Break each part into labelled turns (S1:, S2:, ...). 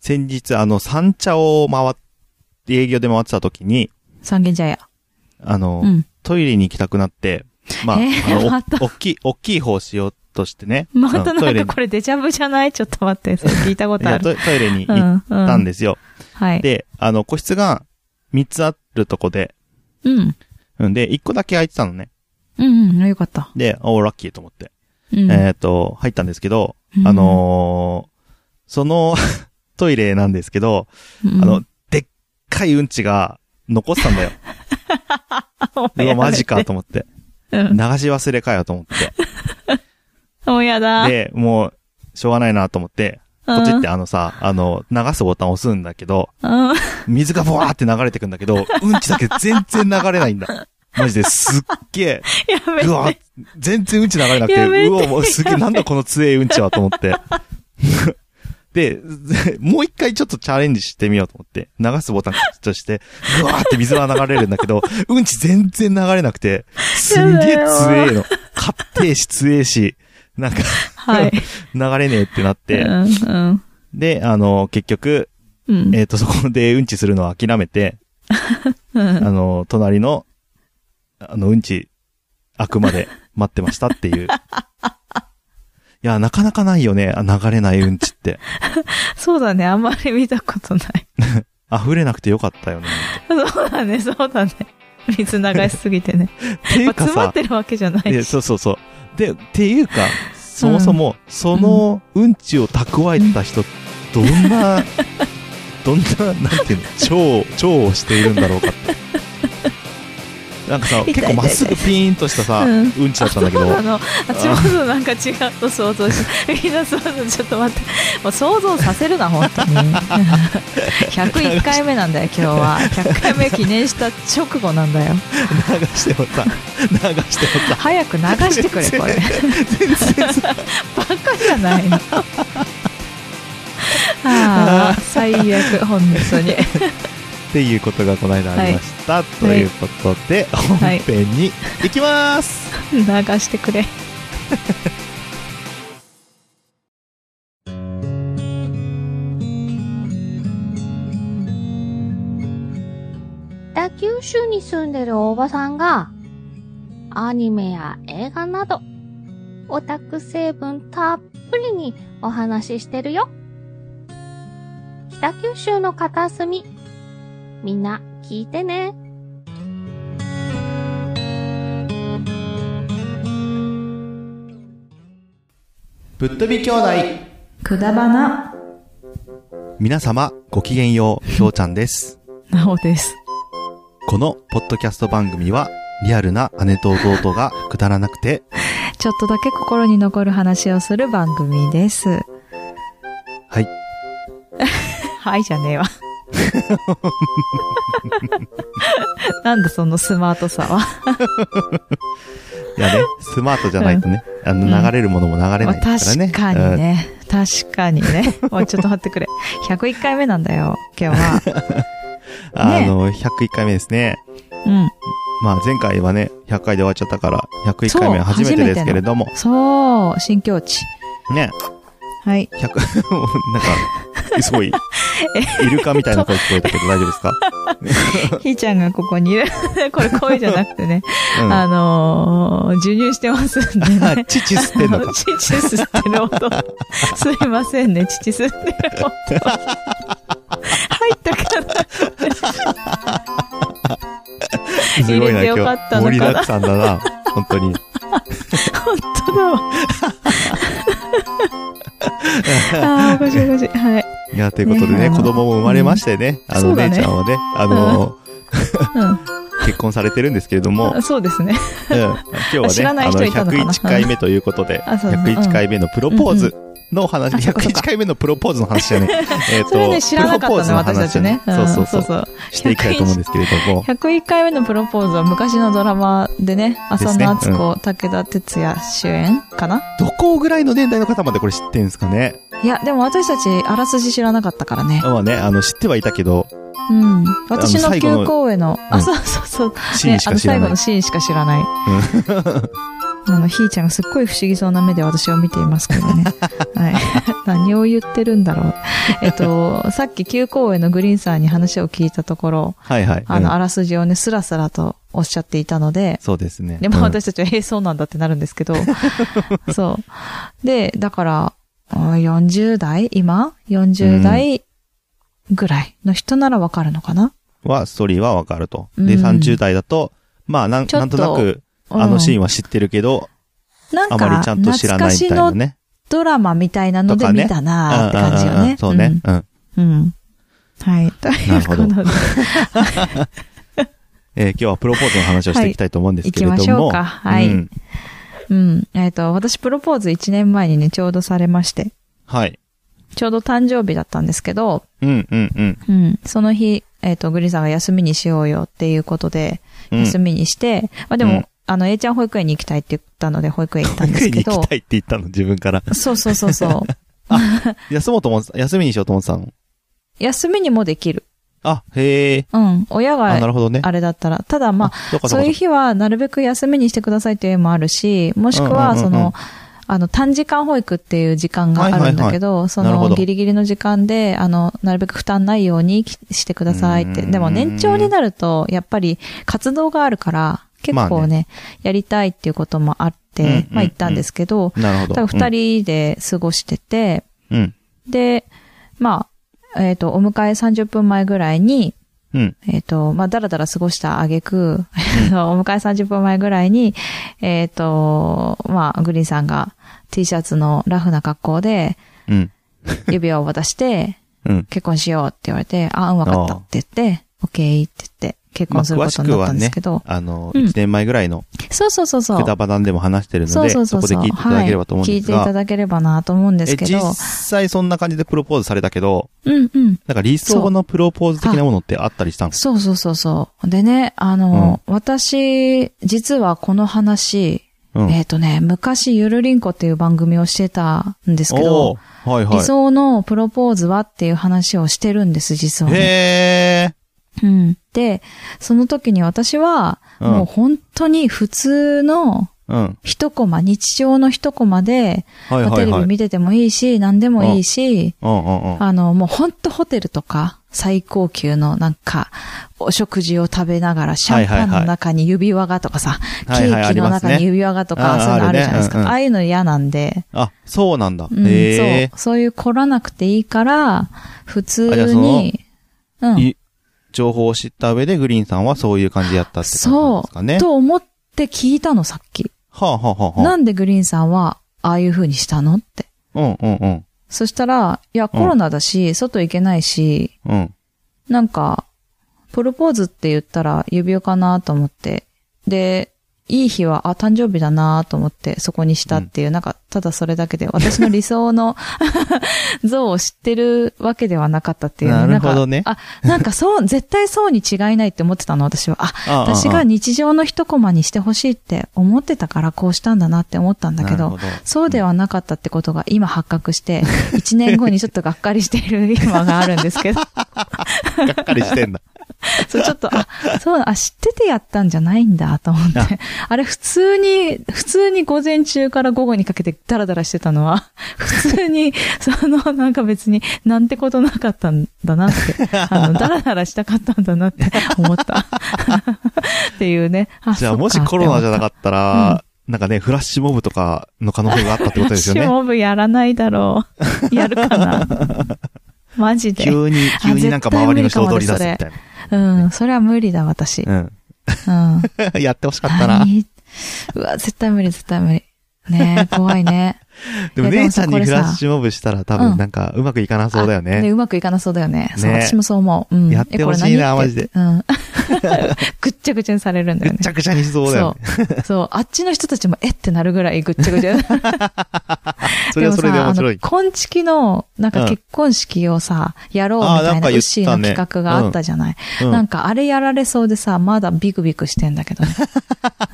S1: 先日、あの、三茶を回って、営業で回ってた時に、
S2: 三軒茶屋。
S1: あの、
S2: うん。
S1: トイレに行きたくなって、まあ、
S2: えー
S1: あの、
S2: また
S1: お大きい、大きい方をしようとしてね。
S2: また
S1: あのト
S2: な
S1: イレ
S2: ん
S1: に
S2: かこれデジャブじゃない ちょっと待って、それ聞いたこと
S1: い
S2: あ
S1: や
S2: る。
S1: トイトイレに
S2: う
S1: 行っ
S2: ん、う
S1: たん
S2: ん。
S1: ですよ。
S2: はい。
S1: で、あの、個室が3つあるとこで、
S2: うん。
S1: うんで、1個だけ空いてたのね。
S2: うん、うん、よかった。
S1: で、おー、ラッキーと思って。
S2: うん。
S1: えっ、と、入ったんですけど、
S2: うん
S1: あのーその トイレなんですけど、
S2: うん
S1: あの、、でっかいうんちが残ってたん だよ。
S2: もう
S1: うわ、
S2: やめて
S1: マジかと思って。
S2: う
S1: 流
S2: ん
S1: し忘れかよと思って。
S2: もうやだ。
S1: で、もう、しょうがないなと思って、
S2: う
S1: こ
S2: ん、
S1: っちってあのさ、あの、流すボタン押すんだけど、
S2: うん。
S1: 水がボワーって流れてくんだけど、うんちだけ全然流れないんだ。マジですっげえ、
S2: やめ
S1: うわ
S2: て。、
S1: 全然うんち流れなくて、
S2: やめて
S1: うわ、もうすげえ、なんだこの強いうんちはと思って。 で、 もう一回ちょっとチャレンジしてみようと思って、流すボタンとして、うわーって水が流れるんだけど、 うんち全然流れなくて、すんげえ強えの。勝手えし強えし、なんか
S2: はい。
S1: 流れねえってなっ
S2: う
S1: て、
S2: ん、
S1: で、あの、結局、
S2: うん。うん。
S1: えっ、と、そこでうんちするのを諦めて、
S2: うん
S1: あの、隣の、あの、うんち、開くまで待ってましたっていう。いや、なかなかないよね。あ流れないうんちって。
S2: そうだね、あんまり見たことない。
S1: 溢れなくてよかったよね。
S2: そうだね、そうだね。水流しすぎてね。
S1: てい
S2: まあ
S1: うか
S2: 詰まっ
S1: さ、
S2: てるわけじゃない
S1: で
S2: し。
S1: そうそうそう。で、っていうか、そもそも、そのうんちを蓄えてた人、どん な、どんな、なんていうの、腸、腸をしているんだろうかって。なんかさ、
S2: 痛い
S1: 結構まっすぐピーンとしたさ、
S2: う
S1: うんんちだったんだけ
S2: そ
S1: ど
S2: う、なの。あちょうどなんか違うと想像 し、みんな想像、ちょっと待って。もう想像させるな、本当 に。101回目なんだよ、今日は。100回目記念した直後なんだよ。
S1: 流してもさ、流してもさ、
S2: 早く流してくれ、これ。
S1: 全然さ、
S2: バカじゃないの。ああ、最悪、本当 に。
S1: っていうことがこの間ありました。ということで、本
S2: い
S1: 編に行きます、
S2: 流してくれ。
S3: 北九州に住んでるおばさんが、アニメや映画など、オタク成分たっぷりにお話ししてるよ。北九州の片隅、みんな聞いてね。
S1: ぶっ飛び兄弟
S2: くだばな。
S1: 皆様、ごきげんよう、ひょうちゃんです。
S2: なおです。
S1: このポッドキャスト番組は、リアルな姉と弟がくだらなくて、。
S2: ちょっとだけ心に残る話をする番組です。はい はいじゃねえわ。なんだそのスマートさは。
S1: いやね、スマートじゃないとね、あの、
S2: うん
S1: 流れるものも流れ
S2: ま
S1: ない
S2: あ
S1: からね。
S2: 確かにね。確かにね。もうちょっと待ってくれ。101回目なんだよ、今日は。
S1: うん。あの、101回目ですね。
S2: うん。
S1: まあ前回はね、100回で終わっちゃったから、101回目は
S2: そう
S1: 初めてですけれども、
S2: そう、新境地。
S1: ね、
S2: はい。
S1: 100、もう なんか、すご い、イルカみたいな声聞こえたけど大丈夫ですか
S2: ひーちゃんがここにいる。これ声じゃなくてね。
S1: うん。
S2: あのー、授乳してますんで ね。
S1: あ、父吸ってんの
S2: あの
S1: か。
S2: 乳吸って る音。すいませんね、乳吸ってる音。入ったかな
S1: すごいな、
S2: 入れ
S1: 今
S2: てよかった
S1: 日。
S2: のかな
S1: 盛りだくさんだな。本当に。
S2: 本当だわ。ああ、おかしいおかしい。 はい。
S1: いや、ということでね、
S2: ねえ
S1: 子供も生まれましてね、あ
S2: そ
S1: の、
S2: うだ
S1: 姉
S2: ね
S1: ちゃんはね、あの、
S2: う
S1: 結婚されてるんですけれども
S2: ん。、そうですね。
S1: うん今日は
S2: 知
S1: ね、
S2: ら
S1: あ
S2: ない
S1: の、
S2: 人いたのかな
S1: 101回目ということで、
S2: あそうだね
S1: 101回目のプロポーズのお話、
S2: うんうんあそうかそうか
S1: 101回目のプロポーズの話じゃ ね、えっと、
S2: それね、知らなかったね、
S1: プ
S2: 私
S1: ロポ
S2: た
S1: ーズ
S2: ち
S1: の
S2: ね
S1: 話。
S2: う
S1: を
S2: ん
S1: そうそうそう。
S2: そう。
S1: していきたいと思うんですけれども、
S2: 101回目のプロポーズは昔のドラマでね、浅野
S1: です
S2: 敦
S1: ね
S2: 子、武田鉄矢主演かな
S1: どこぐらいの年代の方までこれ知ってんすかね
S2: いや、でも私たち、あらすじ知らなかったからね。
S1: まあね、あの、知ってはいたけど、
S2: うん。私の
S1: 最後の
S2: 旧校への、
S1: う
S2: あ、
S1: ん
S2: そうそうそう。
S1: シーンしか知ら
S2: ね、あの
S1: ない
S2: 最後の。シーンしか知らない。あの、ひーちゃんがすっごい不思議そうな目で私を見ていますけど ね。はい。 何を言ってるんだろう。えっと、 さっき旧公園のグリーンさんに話を聞いたところ、
S1: はいはい。
S2: あの、
S1: うん
S2: あらすじをね、スラスラとおっしゃっていたので、
S1: そうですね。
S2: で、
S1: う
S2: まあ
S1: ん
S2: 私たちは、えーそうなんだってなるんです けど、そう。で、だから、あー40代今 ?40 代ぐらいの人ならわかるのかな、
S1: は、ストーリーはわかると。
S2: うん
S1: で、30代だと、まあ、なん
S2: ちょ
S1: な
S2: っ
S1: ん
S2: と
S1: となく、あのシーン
S2: ン。
S1: は知ってるけど、
S2: なん
S1: あまり
S2: か、
S1: ちゃんと知らな
S2: 懐か
S1: いみた
S2: し
S1: いな
S2: の
S1: ね。
S2: ドラマみたいなの
S1: と
S2: で
S1: かね
S2: 見たなーって感じよ
S1: うんうんう
S2: ね
S1: ん。そうね。うん。
S2: うん。うん。はい。ということ
S1: な
S2: で、
S1: えー今日はプロポーズの話をしていきたいと思うんですけれども。
S2: はい行きましょうかはい
S1: ん
S2: うん。えっ、と、私プロポーズ1年前にね、ちょうどされまして、
S1: はい。
S2: ちょうど誕生日だったんですけど、
S1: うんうんうん
S2: うん。その日、えっ、と、グリーンさんが休みにしようよっていうことで、
S1: うん。
S2: 休みにして、まあでも、
S1: うん
S2: あの、A ちゃん保育園に行きたいって言ったので、保育園行ったんで
S1: 保育
S2: す
S1: 園
S2: け
S1: に行
S2: ど
S1: き、たいって言ったの、自分から。
S2: そうそうそう そう。
S1: 休もうと思ってた、休みにしようと思ってたの。
S2: 休みにもできる。
S1: あ、へえ。
S2: うん。親
S1: あ、な
S2: が、
S1: るほどね。
S2: あれだったら。ただまあ、
S1: そうかそ
S2: そうういう
S1: か。
S2: 日はなるべく休みにしてくださいという絵もあるし、もしく
S1: う
S2: は、
S1: んうんうんう
S2: そ
S1: ん
S2: の、あの、短時間保育っていう時間があるんだけど、そ
S1: なるほ
S2: の、
S1: ど
S2: ギリギリの時間で、あの、なるべく負担ないようにきしてくださいって。
S1: うん
S2: でも、年長になると、やっぱり、活動があるから、結構
S1: ま
S2: ね、
S1: あ
S2: やりたいっていうこともあって、
S1: うんうん
S2: まあ、行ったんですけど、
S1: なるほど。
S2: 多分二人で過ごしてて、
S1: うん。うん。
S2: で、まあ、えっ、と、お迎え30分前ぐらいに、
S1: うん。
S2: えっ、と、まあ、だらだら過ごした挙句、あの お迎え30分前ぐらいに、えっ、と、まあ、グリーンさんが T シャツのラフな格好で
S1: うん。
S2: 指輪を渡して、
S1: うん。
S2: 結婚しようって言われて、あ、うん、わかったって言って、オッケーって言って、結婚することになったんですけど、
S1: あの、
S2: うん
S1: 1年前ぐらいの、
S2: そうそうそうそう。
S1: くだばなんでも話してるの
S2: そう
S1: で、
S2: そうそ
S1: そうこで
S2: そう。
S1: 聞いていただければと思うんです
S2: はい、聞いていた
S1: が、
S2: だければなと思うんです
S1: え、
S2: け
S1: 実
S2: ど、
S1: 際そんな感じでプロポーズされたけど、
S2: うんうん。
S1: なんか理想のプロポーズ的なものってあったりしたんです
S2: そうそうそうそう。でね、あの、私、実はこの話、
S1: かうん。
S2: えっ、とね、昔ゆるりんこっていう番組をしてたんですけど、
S1: おーはいはい。
S2: 理想のプロポーズはっていう話をしてるんです、実は、ね。
S1: へ
S2: うん。で、その時に私は、
S1: うん
S2: もう本当に普通の
S1: ー。うん。
S2: 一コマ、日常の一コマで、
S1: はい
S2: まあ
S1: はい
S2: テレ
S1: はい。
S2: ビ
S1: うん
S2: 見ててもいいし、何でもいいし、
S1: うんうん。
S2: あの、もうほんとホテルとか、最高級のなんか、お食事を食べながら、シャンパンの中に指輪がとかさ、
S1: はいはいあ
S2: ケーキ
S1: り
S2: の
S1: ます
S2: 中に
S1: ね。
S2: 指輪がと
S1: あ
S2: か、
S1: あ
S2: そういうのあるじゃないですか。
S1: あるねうんうん
S2: ああいうの嫌なんで、
S1: あ、そうなんだ。
S2: うん、
S1: へえ
S2: そ。う、そういう凝らなくていいから、
S1: あじゃ
S2: 普
S1: あ
S2: 通
S1: その
S2: に、うん、
S1: い情報を知った上でグリーンさんはそういう感じやったって感じなんですかね。
S2: と思って聞いたの、さっき。
S1: はあはあはあ
S2: な
S1: は
S2: んでグリーンさんは、ああいう風にしたのって。
S1: あ。うんうんうん。
S2: そしたら、いや、コロナだし、外行けないし、
S1: うん。
S2: なんか、プロポーズって言ったら指輪かなと思って。で、いい日は、あ、誕生日だなと思って、そこにしたっていう、なんか、ただそれだけで、私の理想の 像を知ってるわけではなかったっていう、
S1: なるほどね
S2: なんかあ、なんかそう、絶対そうに違いないって思ってたの、私は。あ、
S1: ああ
S2: 私
S1: あ
S2: が
S1: あ
S2: 日常の一コマにしてほしいって思ってたから、こうしたんだなって思ったんだけ
S1: な
S2: ど
S1: るほ、ど
S2: そうではなかったってことが今発覚して、1年後にちょっとがっかりしている今があるんですけど。
S1: がっかりしてん だ。
S2: そう、ちょっと、あ、そう、あ、知っててやったんじゃないんだ、と思って。あれ、普通に、普通に午前中から午後にかけてダラダラしてたのは、 普通に、その、なんか別に、なんてことなかったんだなって、あの、ダラダラしたかったんだなって思った。 っていうね。
S1: じゃあもしコロナじゃなか
S2: っ
S1: ったら、なんかね、フラッシュモブとかの可能性があったってことですよ
S2: シ
S1: ね。
S2: モブやらないだろう。やるか な。マジで。
S1: 急に、急になんか周りの人を踊り出すみたい
S2: うん、それは無理だ、私。
S1: な。うん。
S2: う ん。
S1: やってほしかったな。
S2: 何うわ、絶対無理、絶対無理。ねえ怖いね。
S1: でも
S2: いやでも
S1: 姉ち
S2: さ
S1: ゃんにフラッシュモブしたら多
S2: うん
S1: 分なんかうまくいかなそうだよ
S2: あで
S1: ね。
S2: うまくいかなそうだよね。そう、
S1: ね
S2: 私もそう思う。うん。
S1: やってほしいな
S2: えこれ何ってうん。 ぐっちゃぐちゃにされるんだ
S1: ぐ
S2: よ
S1: っ
S2: ね。
S1: ちゃぐちゃにしそうだよね。
S2: そう。そう。あっちの人たちも、えってなるぐらいぐっちゃぐちゃ。
S1: それはそれで面白い
S2: も。さあの、婚式の、なんか結婚式をさ、やろうみ
S1: あー
S2: た
S1: ないん
S2: な、
S1: か
S2: ウ
S1: 言
S2: ッ
S1: っ
S2: シー
S1: てた
S2: の
S1: ね
S2: 企画があったじゃない。
S1: うん
S2: なんか、あれやられそうでさ、まだビクビクしてんだ けどね。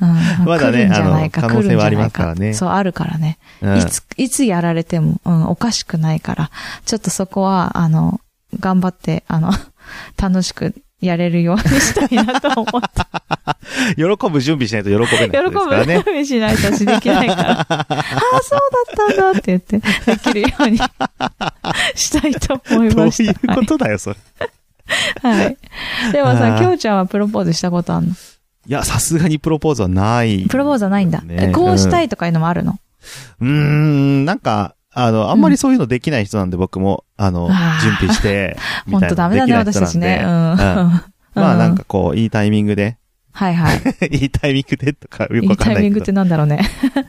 S2: うん
S1: まだね
S2: 来るんじゃないか
S1: あの可能性は
S2: 来るんじゃない
S1: ありますからね
S2: そう、あるからね。
S1: うん
S2: いつ、いつやられても、うん、おか しくないから、ちょっとそこは、あの、頑張って、あの、楽しくやれるようにしたいなと 思って。
S1: 喜ぶ準備しないと喜べない
S2: 喜ぶ
S1: 人ですからね。
S2: 準備しないと私できな いから。ああ、そうだったんだって言って、できるようにしたいと思い
S1: どうい
S2: ました。
S1: うことだよ、 それ。
S2: はい。でも
S1: あ
S2: さ、
S1: ー
S2: きょうちゃんはプロポーズしたことあんの
S1: いや、さすがにプロポーズはない。
S2: プロポーズはないんだ。
S1: ね
S2: こうしたいとかいうのもあるの、
S1: うーん、なんか、あの、あんまりそういうのできない人なんで、僕も、あの、
S2: あー
S1: 準備 して、み
S2: ほん
S1: たい
S2: と
S1: な
S2: ダ
S1: の
S2: メ
S1: で
S2: だ
S1: きない人
S2: ね、私
S1: な
S2: た
S1: んで。
S2: ちね。うん。
S1: うんまあなん
S2: か。
S1: かこう、いいタイミングで、
S2: は いはい。
S1: いいタイミングでとかよく
S2: い
S1: わ
S2: い
S1: かん
S2: タ
S1: な
S2: イミ
S1: いけ
S2: ングっ
S1: ど
S2: て。なんだろうね。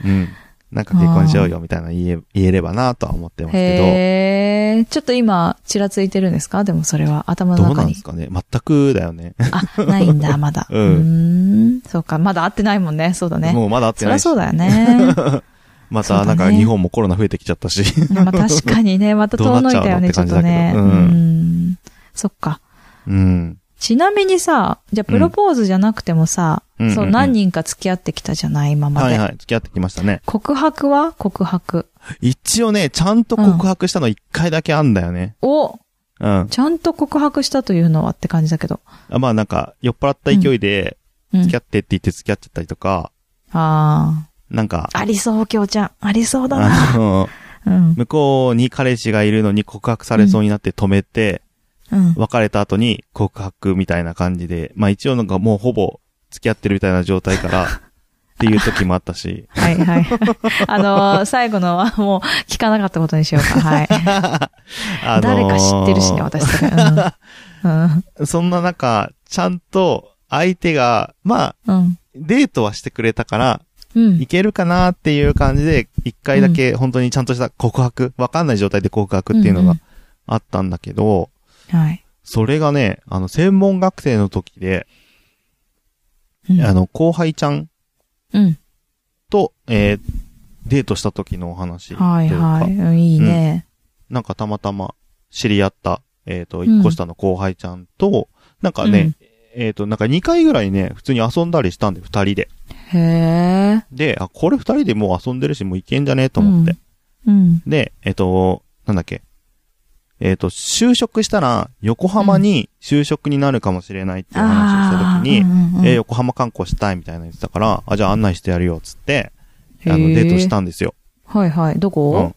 S1: うん。なんか結婚しようよみたいなの言え言えればなとは思ってますけ
S2: へえ。ちょっと今、ちらついてるんですかでもそれは、頭
S1: ど、
S2: の
S1: どう
S2: 中
S1: なんで
S2: に
S1: す。かね全くだよね。
S2: あ、ない んだ、まだ。
S1: うん
S2: ーん。そうか、まだ会ってないもんね。そうだね。
S1: もうまだ会って
S2: そり
S1: な
S2: ゃ
S1: いし
S2: そう。だよね。
S1: ま
S2: そう
S1: た
S2: だね
S1: なんか日本もコロナ増えてきちゃ ったし。
S2: まあ確かにね、また遠のいたよね、ち
S1: ど
S2: ょ
S1: う
S2: っ
S1: なっちゃうのって
S2: と
S1: 感じだけ
S2: ね。
S1: ど
S2: う
S1: うん
S2: ん。そっか。
S1: うん。
S2: ちなみにさ、じゃあプロポーズじゃなくてもさ、
S1: うん
S2: そうう、
S1: んうん
S2: 何人か付き合ってきたじゃない、今ま
S1: はい
S2: で。
S1: はい。付き合ってきましたね。
S2: 告白は告白。
S1: 一応ね、ちゃんと告白したの一回だけあんだよね。
S2: お
S1: うん。
S2: ちゃんと告白したというのはって感じだけど。
S1: あまあなんか、酔っ払った勢いで、
S2: うん。
S1: 付き合ってって言って付き合っちゃったりとか、
S2: あ
S1: なんか、
S2: あ。ありそう、きょうちゃん。ありそうだな。
S1: あの、
S2: うん。
S1: 向こうに彼氏がいるのに告白されそうになって止めて、
S2: うん。
S1: 別れた後に告白みたいな感じで、まあ一応なんかもうほぼ付き合ってるみたいな状態から、っていう時もあった し、
S2: はい はい。あのー最後のはもう聞かなかったことにしようか。はい。
S1: あのー
S2: 誰か知ってるしね、私それ。うん。うん
S1: そんな中、ちゃんと相手が、まあ、
S2: うん。
S1: デートはしてくれたから、
S2: うん
S1: い。けるかなっていう感じで、一回だけ本当にちゃんとした告白、わかんない状態で告白っていうの
S2: う
S1: が
S2: ん
S1: あったんだけど、
S2: はい。
S1: それがね、あの、専門学生の時で、
S2: うん
S1: あの、後輩ちゃん
S2: うん。
S1: と、えーデートした時のお話というか、
S2: はいはい。うんいいね。
S1: なんかたまたま知り合った、えっ、と、
S2: ん
S1: 一個下の後輩ちゃんと、なんかね、えっ、と、なんか2回ぐらいね、普通に遊んだりしたんで、二人で。
S2: へえ。
S1: で、あ、これ二人でもう遊んでるし、もういけんじゃねえと思って。
S2: うん。
S1: で、えっ、と、なんだっけ。えっ、と、就職したら、横浜に就職になるかもしれないっていう話をした時に、えー
S2: に、
S1: 横浜観光したいみたいなの言ってたから、あ、じゃあ案内してやるよ、つって、
S2: へー
S1: あの、デートしたんですよ。
S2: はいはい。ど
S1: うん。
S2: こ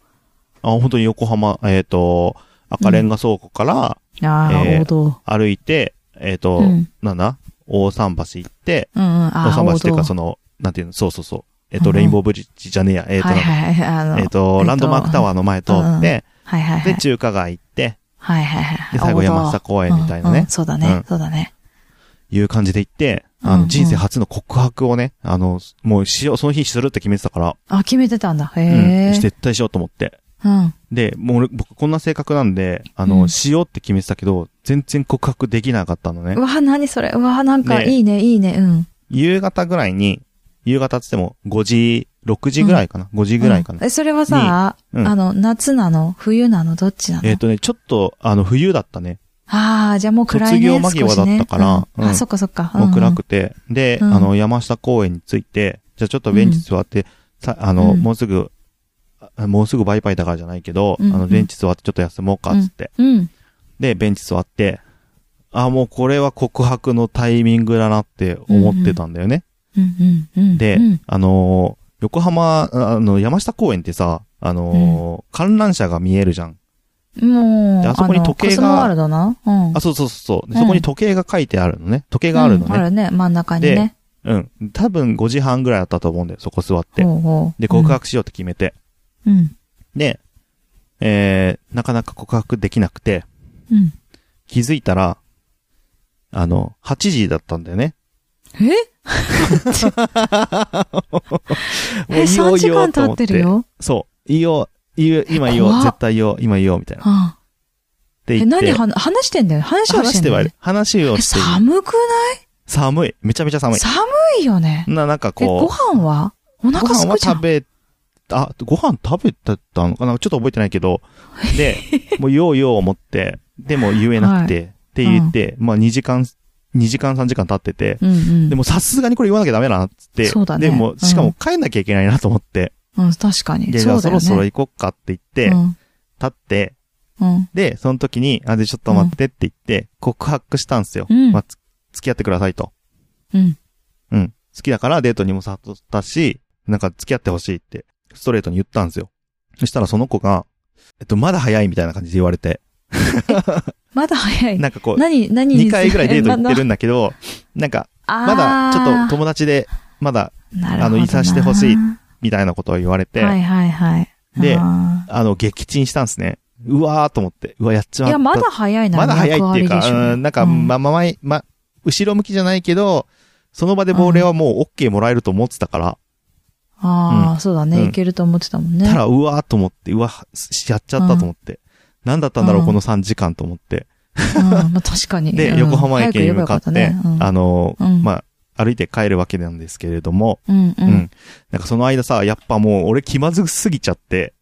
S1: あ、本当に横浜、えっ、と、赤レンガ倉庫から
S2: ああ、
S1: えー
S2: 王道。
S1: 歩いて、えっ、と、
S2: うん
S1: なんだ大桟橋行って、
S2: うんうん。あ
S1: 大
S2: あ、
S1: 桟橋っていう
S2: 王
S1: か
S2: 道
S1: その、なんていうの、そうそうそう。えっ、と、
S2: うん
S1: レインボーブリッジじゃねえや、えっ、と、
S2: はいはいはい。あの、
S1: えっ、と、ランドマークタワーの前通
S2: うんうん
S1: って、
S2: はいはいはい
S1: で、。中華街行って、
S2: はいはいはい。
S1: で、最後山下公園みたいな
S2: うんう
S1: ね
S2: ん、そうだ
S1: う
S2: ね
S1: ん。
S2: そうだね。
S1: いう感じで行って、あ
S2: うんう
S1: の、
S2: ん
S1: 人生初の告白をね、あの、もうしよう、その日するって決めてたから、
S2: あ、決めてたんだ。へ
S1: うん、
S2: え。
S1: 絶対しようと思って。
S2: うん。
S1: で、もう俺、僕こんな性格なんで、あ
S2: う
S1: の、
S2: ん
S1: しようって決めてたけど、全然告白できなかったのね
S2: う。わ、何それ。うわ、なんか、
S1: ね
S2: いいね、いいね。うん。
S1: 夕方ぐらいに、夕方っつっても5時、6時ぐらいかな ?5 時ぐらいか
S2: うん
S1: な
S2: え、それはさ、
S1: うん
S2: あの、夏なの冬なのどっちなの
S1: えっとね、ちょっと、あの、冬だったね。
S2: ああ、じゃあもう暗い
S1: 卒
S2: ね。
S1: 業間際
S2: 少しね
S1: だったから
S2: うん
S1: うん
S2: あ、そっかそっか。
S1: もう暗
S2: うん
S1: くて、で、
S2: うん
S1: あの、山下公園に着いて、じゃあちょっとベンチ座って、さあの、
S2: うん
S1: もうすぐ、あもうすぐバイバイだからじゃないけど、
S2: うん
S1: あの、ベンチ座ってちょっと休もうか、つって、
S2: うん。うん。
S1: で、ベンチ座って、あ、もうこれは告白のタイミングだなって思ってたんだよね。
S2: うんうんうん。
S1: で、
S2: うん
S1: あのー横浜、ああの、山下公園ってさ、あのー観覧車が見えるじゃん。
S2: もう、
S1: であそこに時計が
S2: あのコスモワールドなうん。
S1: あ、そうそうそうそう。で
S2: うん
S1: そこに時計が書いてあるのね。時計があるの
S2: うんあ
S1: ね。
S2: るね、真ん中にね。
S1: うん。多分5時半ぐらいだったと思うんだよ、そこ座って。
S2: ほうほう
S1: で、告。白しようって決めて。
S2: うん。
S1: で、えー、なかなか告白できなくて、
S2: うん。
S1: 気づいたら、あの、8時だったんだよね。
S2: ええ、3時間経ってる。よ。
S1: そう。いいよ、いいよ、今いいよ
S2: 怖、っ
S1: 絶対いいよ、今いいよ、みたいな。っ
S2: はあ
S1: て
S2: え、
S1: 言って。
S2: 何は話してんだよ。話は
S1: 話
S2: し
S1: してて
S2: んだ
S1: は
S2: よ
S1: い
S2: ね
S1: る。。話を
S2: え
S1: している。
S2: 寒く
S1: 寒い。めちゃめちゃ寒
S2: ない
S1: い。
S2: 寒いよね。
S1: な、なんか
S2: え、ご
S1: こ
S2: 飯はお
S1: う、
S2: 腹す
S1: は
S2: くじゃ
S1: 食
S2: ん。
S1: べ、あ、ご飯食べてたのかなちょっと覚えてないけど、 で、もうようよう思って、でも言えなくて、って言って、まあ2時間、2時間3時間経ってて、
S2: うんうん。
S1: でもさすがにこれ言わなきゃダメだなっつって。
S2: そうだね
S1: でも、しかも帰んなきゃいけないなと思って。
S2: うん、確かに。
S1: でじ
S2: そ
S1: ゃあ
S2: うだ
S1: そ
S2: よね。
S1: ろそろ行こっかって言って、
S2: うん
S1: 立って、
S2: うん。
S1: で、その時に、あ、で、ちょっと待ってって言って、告白したんですよ。
S2: うん
S1: まあ、つ付き合ってくださいと。
S2: うん。
S1: うん。好きだからデートにも誘ったし、なんか付き合ってほしいって、ストレートに言ったんですよ。そしたらその子が、えっと、まだ早いみたいな感じで言われて、
S2: まだ早い。
S1: なんかこう、
S2: 何、何
S1: 2回ぐらいデート行ってる
S2: ん
S1: んだけど、なんか、
S2: だ
S1: まだちょっと友達で、まだ、
S2: と
S1: あのいさしてほしいみたいなことを言われて、
S2: はいはいはい。
S1: で
S2: あ
S1: あの、撃沈したんですね。うわーと思って、うわ、やっち
S2: ー
S1: ま
S2: い
S1: った。
S2: や、まだ早いな。
S1: まだ早いっていう
S2: 役割でしょ
S1: か、うん、なんか、ま、ま、ま、ま、後ろ向きじゃないけど、その場で亡霊はもう OK もらえると思ってたから、
S2: あ
S1: う
S2: あ、そうだ
S1: う
S2: ね。
S1: ん
S2: いけると思ってたもんね。
S1: たら、うわーと思って、うわ、しやっちゃったと思って。なんだったんだろ
S2: う
S1: う、
S2: ん
S1: この3時間と思って。
S2: うんまあ確かに。う
S1: で、
S2: ん
S1: 横浜駅に向かって、
S2: 早く言えばよか
S1: あ
S2: ったね
S1: のー、
S2: うん
S1: まあ、歩いて帰るわけなんですけれども、
S2: うんう
S1: うん
S2: うん
S1: ん。なんかその間さ、やっぱもう俺気まずすぎちゃって、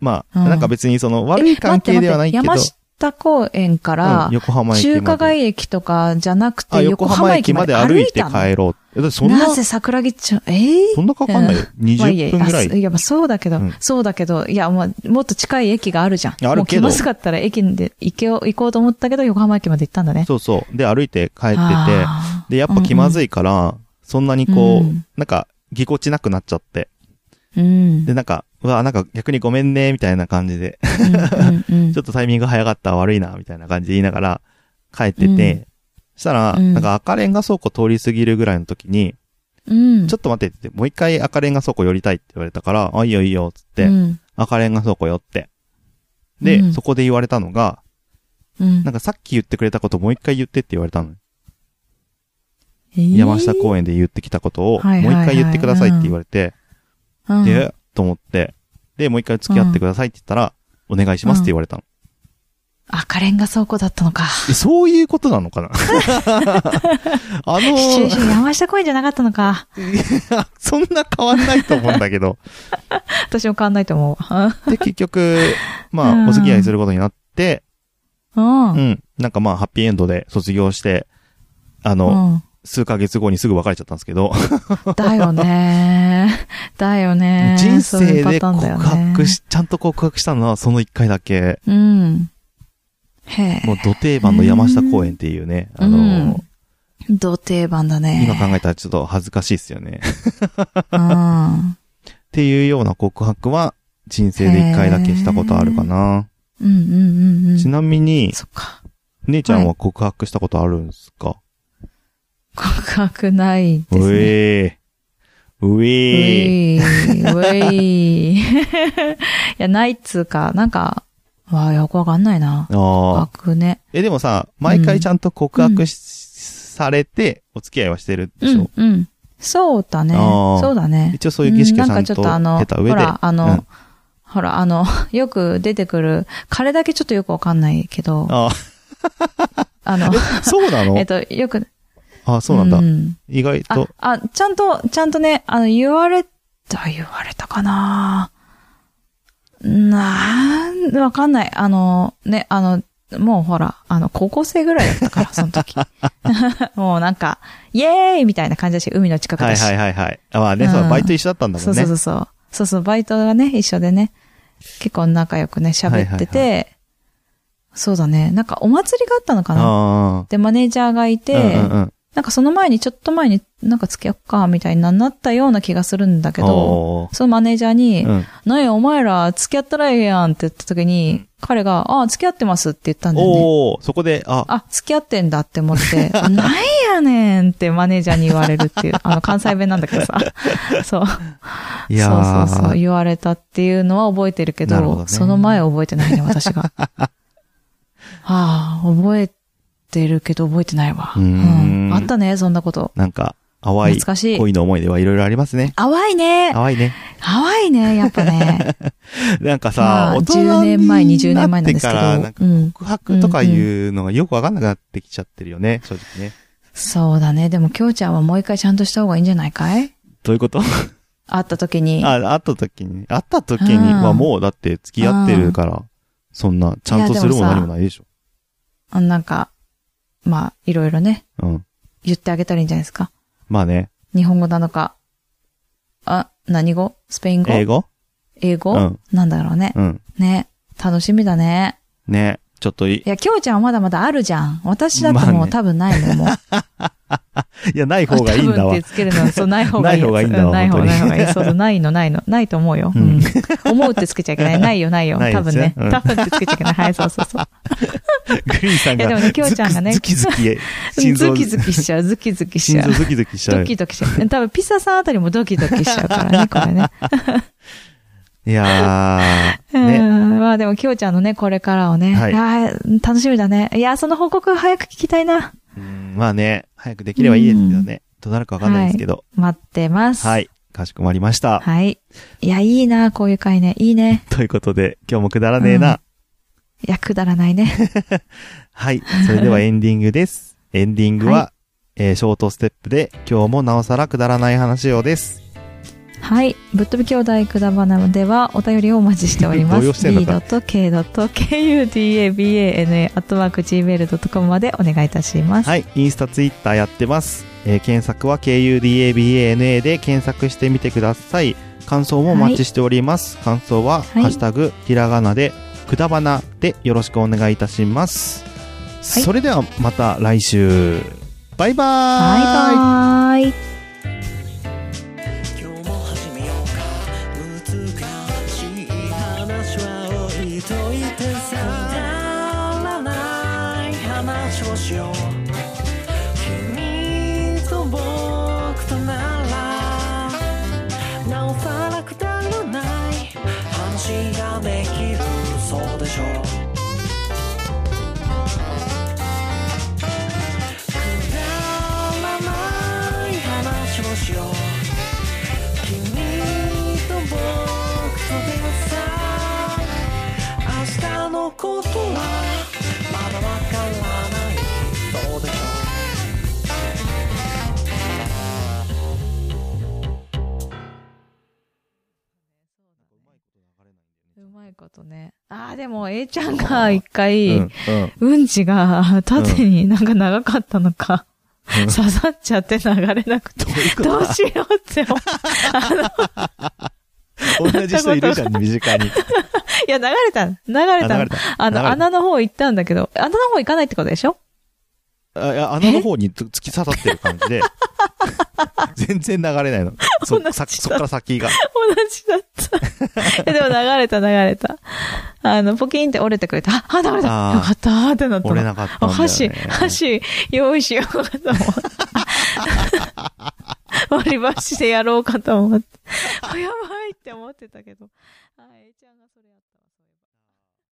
S1: まあ、
S2: うん
S1: なんか別にその
S2: え
S1: 悪い関係ではないけど、
S2: 待って待って山下公園か
S1: う
S2: ら
S1: ん、横浜駅まで。
S2: 中華街駅とかじゃなく
S1: あ、
S2: て、
S1: 横
S2: 横
S1: 浜
S2: 浜
S1: 駅
S2: 駅
S1: ま
S2: ま
S1: で
S2: で
S1: 歩
S2: 歩
S1: い
S2: い
S1: て
S2: たの
S1: 帰ろう。えだってそんな
S2: な、ぜ桜木町、ええ
S1: そんなかかんないよ。
S2: まあいいえ
S1: 20分ぐら
S2: あす
S1: い。
S2: いや、まあそうだけど、
S1: うん
S2: そうだけど、いや、まあ、もっと近い駅があるじゃん。
S1: あるけど
S2: もう気まずかったら駅で行けよ行こうと思ったけど、横浜駅まで行ったんだね。
S1: そうそう。で、歩いて帰ってて、
S2: あ
S1: で、やっぱ気まずいから、そんなにこう、
S2: うん
S1: なんか、ぎこちなくなっちゃって。
S2: ーうん。
S1: で、なんか、うわ、なんか逆にごめんね、みたいな感じで、
S2: うんうんう ん
S1: ちょっとタイミング早かった、悪いな、みたいな感じで言いながら帰ってて、
S2: うん
S1: したら、
S2: うん
S1: なんか赤レンガ倉庫通り過ぎるぐらいの時に、
S2: うん。
S1: ちょっと待ってって言って、もう一回赤レンガ倉庫寄りたいって言われたから、あ、いいよいいよ、つって、
S2: うん
S1: 赤レンガ倉庫寄って。で、
S2: うん
S1: そこで言われたのが、
S2: うん
S1: なんかさっき言ってくれたこともう一回言ってって言われたの。
S2: えー
S1: 山下公園で言ってきたことを、も
S2: は
S1: う
S2: い
S1: 一
S2: はいはい
S1: 回言ってくださいって言われて、
S2: うん
S1: で、と思って、で、もう一回付き合ってくださいって言ったら、お願いしますって言われたの。
S2: 赤レンガ倉庫だったのか。
S1: えそういうことなのか な あの
S2: シチュエーション山下公園じゃなかったのか。
S1: そんな変わんないと思うんだけ ど。
S2: 私も変わんないと思うわ。
S1: で、結局、まあ、
S2: うん
S1: お付き合いすることになって、
S2: うん。
S1: う
S2: うん。
S1: ん。なんかまあ、ハッピーエンドで卒業して、あの、数ヶ月後にすぐ別れちゃったんですけど、
S2: だ よね。だよね。
S1: 人
S2: そうい
S1: 生
S2: うパ
S1: で
S2: ターン
S1: 告
S2: だよね
S1: 白し、ちゃんと告白したのはその一回だけ。
S2: うん。へえ。
S1: もう、土定番の山下公園っていうね、あの、
S2: うん土定番だね。
S1: 今考えたらちょっと恥ずかしいですよね。
S2: うん。
S1: っていうような告白は、人生で一回だけしたことあるかな。
S2: うんうんうんう
S1: ち
S2: ん。
S1: なみに、
S2: そっか。
S1: 姉ちゃんは告白したことあるんですか、
S2: 告白ないです
S1: う
S2: ね。
S1: えー。う
S2: う
S1: えー。
S2: えい。うえい。いや、ないっつうか、なんか、わあ、よくわかんない
S1: ああ。
S2: な。告白ね。
S1: え、でもさ、毎回ちゃんと告白しされて、お付き合いはしてるで
S2: う
S1: しょ、
S2: ん、うん。そうだね。
S1: あー
S2: そうだね。
S1: 一応そういう儀式をち
S2: ん
S1: ゃ
S2: なんん
S1: と
S2: かちょっとあの
S1: 経た、上
S2: ほ
S1: で。
S2: ら、あ
S1: う
S2: の
S1: ん、
S2: ほら、あの、 よく出てくる、彼だけちょっとよくわかんないけど、
S1: あ
S2: あの、
S1: あ、そうなの、
S2: えっと、よく、
S1: あそうなんだ。
S2: ん
S1: 意外
S2: あ
S1: と。、
S2: あ、ちゃんと、ちゃんとね、あの、言われた、言われたかななん、わかんない。あの、ね、あの、もうほら、あの、高校生ぐらいだったから、その 時。もうなんか、イエーイみたいな感じだし、海の近く
S1: は
S2: だ
S1: い
S2: し。
S1: はいはいはい。あ、まあね、
S2: うん
S1: そう、バイト一緒だったんだもんね。
S2: そうそうそうそう。そうそう、バイトがね、一緒でね、結構仲良くね、喋ってて、
S1: はい
S2: そうだね、なんかお祭りがあったのかな
S1: ああ。
S2: で、マネージャーがいて、
S1: うんうんうん、
S2: なんかその前に、ちょっと前になんか付き合っか、みたいになったような気がするんだけど、
S1: おー
S2: そのマネージャーに、
S1: うん、
S2: なんや、お前ら付き合ったらええやんって言った時に、彼が、ああ、付き合ってますって言ったんだよね。
S1: おーそこで、あ、
S2: あ、付き合ってんだって思って、 なんやねんってマネージャーに言われるっていう、あの、関西弁なんだけ どさ。そう。
S1: いやー
S2: そうそうそう、言われたっていうのは覚えてるけど、
S1: なるほどね
S2: その前覚え てないね、私が。ああ、覚えてるけど覚えてないわ。
S1: うーん
S2: あったね、そんなこと。
S1: なんか、淡い
S2: 懐かしい。
S1: 恋の思い出はいろいろありますね。
S2: 淡いね。
S1: 淡いね。
S2: 淡いね、やっぱね。
S1: なんか
S2: ま
S1: さ、
S2: あ、
S1: 大人に
S2: 10年前、20年前なんです
S1: な
S2: け
S1: ってからな
S2: ど
S1: ん。か
S2: うん。
S1: 告白とかいうのがよくわかんなくなってきちゃってるよね、正直ね。
S2: そうだね。でも、きょうちゃんはもう一回ちゃんとした方がいいんじゃないかい
S1: どういうことあ、
S2: 会った時に。
S1: 会った時に、会った時に
S2: うん
S1: はもうだって付き合ってるから、そんな、ちゃんとするも
S2: いやでもさ
S1: 何もないでしょ。
S2: あなんか、まあ、いろいろね、
S1: うん。
S2: 言ってあげたらいいんじゃないですか。
S1: まあね、
S2: 日本語なのか。あ、何語スペイン語
S1: 英語
S2: 英語
S1: うん
S2: なんだろうね。
S1: うん。
S2: ね。楽しみだね。
S1: ね。ちょっとい、い
S2: いや、きょうちゃんはまだまだあるじゃん。私だと
S1: まあ
S2: もう
S1: ね
S2: 多分ない のもう。
S1: や、ない方がいいんだ
S2: 多分っ
S1: わ
S2: て。つけるのは、そう、ない方がいいやつ。
S1: ない方がいいんだわ
S2: うない方
S1: 本当に
S2: ない方がいい。そうそう、ないの、ないの。ないと思うよ。うん。思うってつけちゃいけない。ないよ、ないよ。
S1: ない
S2: 多
S1: やつ
S2: 分
S1: ね
S2: ね。
S1: うん
S2: 多分ってつけちゃいけない。はい、そうそうそう。
S1: グリーンさん
S2: いやで
S1: が、
S2: もねきょうちゃんがね
S1: ズキズキ、心臓
S2: ズ、キズキしちゃう、ズキズキしち
S1: 心
S2: ゃ
S1: 臓。
S2: う
S1: ズキズキしちゃ
S2: ド
S1: う。
S2: キドキしちゃう。多分、ピサさんあたりもドキドキしちゃうからね、これね。
S1: いや
S2: う
S1: ー、ね。
S2: ん。まあでも、きょうちゃんのね、これからをね。
S1: はい
S2: ああ、楽しみだね。いや、その報告早く聞きたいな。
S1: うんまあね、早くできればいいですけどね。どうなるかわかんないですけど。
S2: 待ってます。
S1: はい。かしこまりました。
S2: はい。いや、いいな、こういう回ね。いいね。
S1: ということで、今日もくだらねえな。
S2: いや、くだらないね。
S1: はい。それではエンディングです。エンディングは、
S2: は
S1: えーショートステップで、今日もなおさらくだらない話をです。
S2: はい。ぶっ飛び兄弟くだばなでは、お便りをお待ちしておりま
S1: 動揺し
S2: す。
S1: てんのか
S2: b.k.kudabana.gmail.com までお願いいたします。
S1: はい。インスタ、ツイッターやってます。えー検索は KUDABANA で検索してみてください。感想もお待ちしております。感想は、
S2: はい
S1: ハッシュタグ、ひらがなで、くだばなでよろしくお願いいたします。
S2: い
S1: それではまた来週。バイバーイ
S2: バイバイ。
S4: 今日も始めようか難しい話は置いといてさくだらない話をしよう君と僕とならなおさらくだらない話ができるそうでしょうくだらない話をしよう「君と僕とでさ明日のことはまだわからない」「どうでしょう?」
S2: うまいことね。ああ、でも、A ちゃんが一回、うん、
S1: うんうん
S2: ちが縦になんか長かったのか、
S1: うん
S2: 刺さっちゃって流れなくて、
S1: どういうこと
S2: どう
S1: だ
S2: しようって思う。
S1: 同じ人いるじゃん、身近に。
S2: いや、流れた、流れ
S1: あ
S2: た
S1: 流れ。た
S2: あ
S1: 流れ
S2: の、
S1: た
S2: 穴の方行ったんだけど、穴の方行かないってことで しょ
S1: あいや穴の方に突き刺さってる感じ で、全然流れないの。そ、さそっから先が。
S2: 同じだ った。いやでも流れた、流れた。あの、ポキンって折れてくれた。あ、あ流れた。
S1: あー
S2: よかったーってなったの。
S1: 折れなかったんだ
S2: あ
S1: よ、ね。
S2: 箸、箸、用意しようかと 思って。割り箸でやろうかと思って。あ、やばいって思ってたけど。